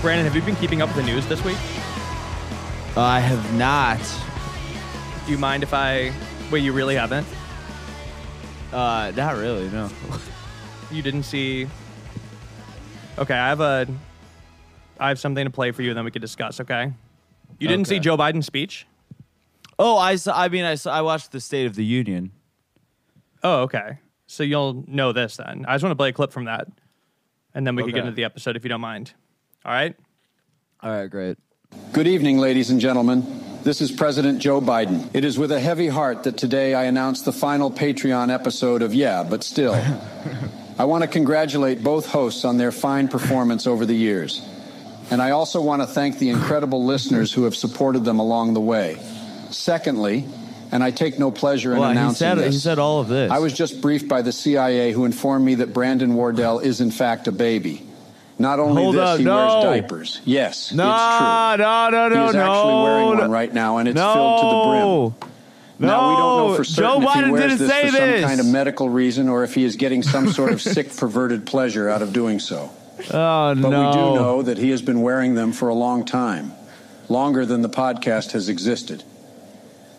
Brandon, have you been keeping up with the news this week? I have not. Do you mind if I? Wait, you really haven't? Uh, not really. No. You didn't see? Okay, I have a. I have something to play for you, and then we could discuss. Okay. You didn't see Okay. Joe Biden's speech? Oh, I saw. I mean, I saw. I watched the State of the Union. Oh, okay. So you'll know this then. I just want to play a clip from that, and then we can get Okay. into the episode if you don't mind. All right. All right, great. Good evening, ladies and gentlemen. This is President Joe Biden. It is with a heavy heart that today I announce the final Patreon episode of Yeah, but still. I want to congratulate both hosts on their fine performance over the years. And I also want to thank the incredible listeners who have supported them along the way. Secondly, and I take no pleasure in Well, he announcing said this. he said all of this. I was just briefed by the CIA, who informed me that Brandon Wardell is in fact a baby. Not only Hold this, up, he no. wears diapers. Yes, No, it's true. no, no, no, He is no. actually wearing no. one right now, and it's filled to the brim. No. Now we don't know for Joe certain if Biden he wears didn't this say for this. some kind of medical reason or if he is getting some sort of sick, perverted pleasure out of doing so. oh no. But we do know that he has been wearing them for a long time, longer than the podcast has existed.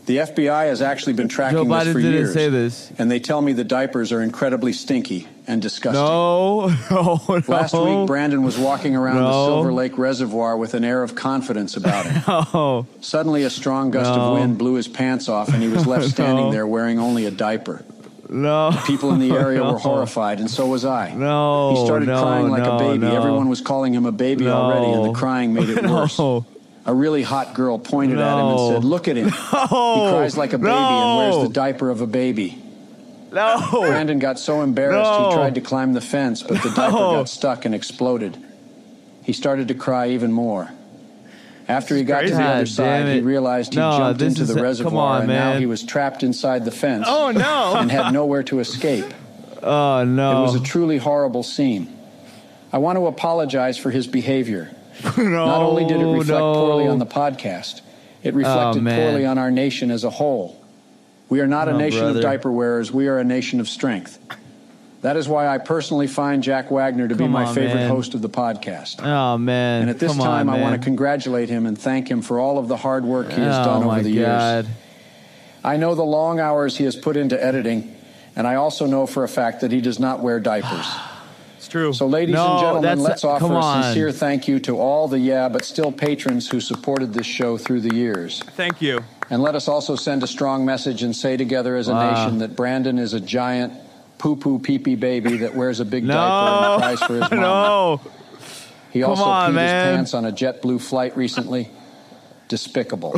The FBI has actually been Joe tracking this Biden for didn't years, say this. and they tell me the diapers are incredibly stinky and disgusting. No. No. no. Last week, Brandon was walking around No. the Silver Lake Reservoir with an air of confidence about him. Oh. Suddenly, a strong gust No. of wind blew his pants off, and he was left standing No. there wearing only a diaper. No. People in the area No. were horrified, and so was I. No, He started no, crying like no, a baby. no. Everyone was calling him a baby already, and No. the crying made it worse. No. A really hot girl pointed at him and No. said, Look at him. He cries like a baby and wears the diaper of a baby. No. Brandon got so embarrassed No. he tried to climb the fence, but the diaper No. got stuck and exploded. He started to cry even more. After he got to crazy. the other God damn side, he it. realized he No, jumped this into is- the come reservoir on, and now man. he was trapped inside the fence Oh no. and had nowhere to escape. Oh It no. was a truly horrible scene. I want to apologize for his behavior. no. Not only did it reflect no. Oh, poorly on the podcast, it reflected man. poorly on our nation as a whole. We are not a No, nation brother. of diaper wearers, we are a nation of strength. That is why I personally find Jack Wagner to be Come my on, favorite man. host of the podcast. Oh man. and at this Come time, on, I want man. to congratulate him and thank him for all of the hard work he has oh done my over the years. God. I know the long hours he has put into editing, and I also know for a fact that he does not wear diapers. It's true. So, ladies No, and gentlemen, that's- let's offer come a on. sincere thank you to all the yeah, but still patrons who supported this show through the years. Thank you. And let us also send a strong message and say together as a Wow. nation that Brandon is a giant poo poo pee pee baby that wears a big No. diaper and cries for his mom. No. he also come on, peed man. his pants on a JetBlue flight recently. Despicable.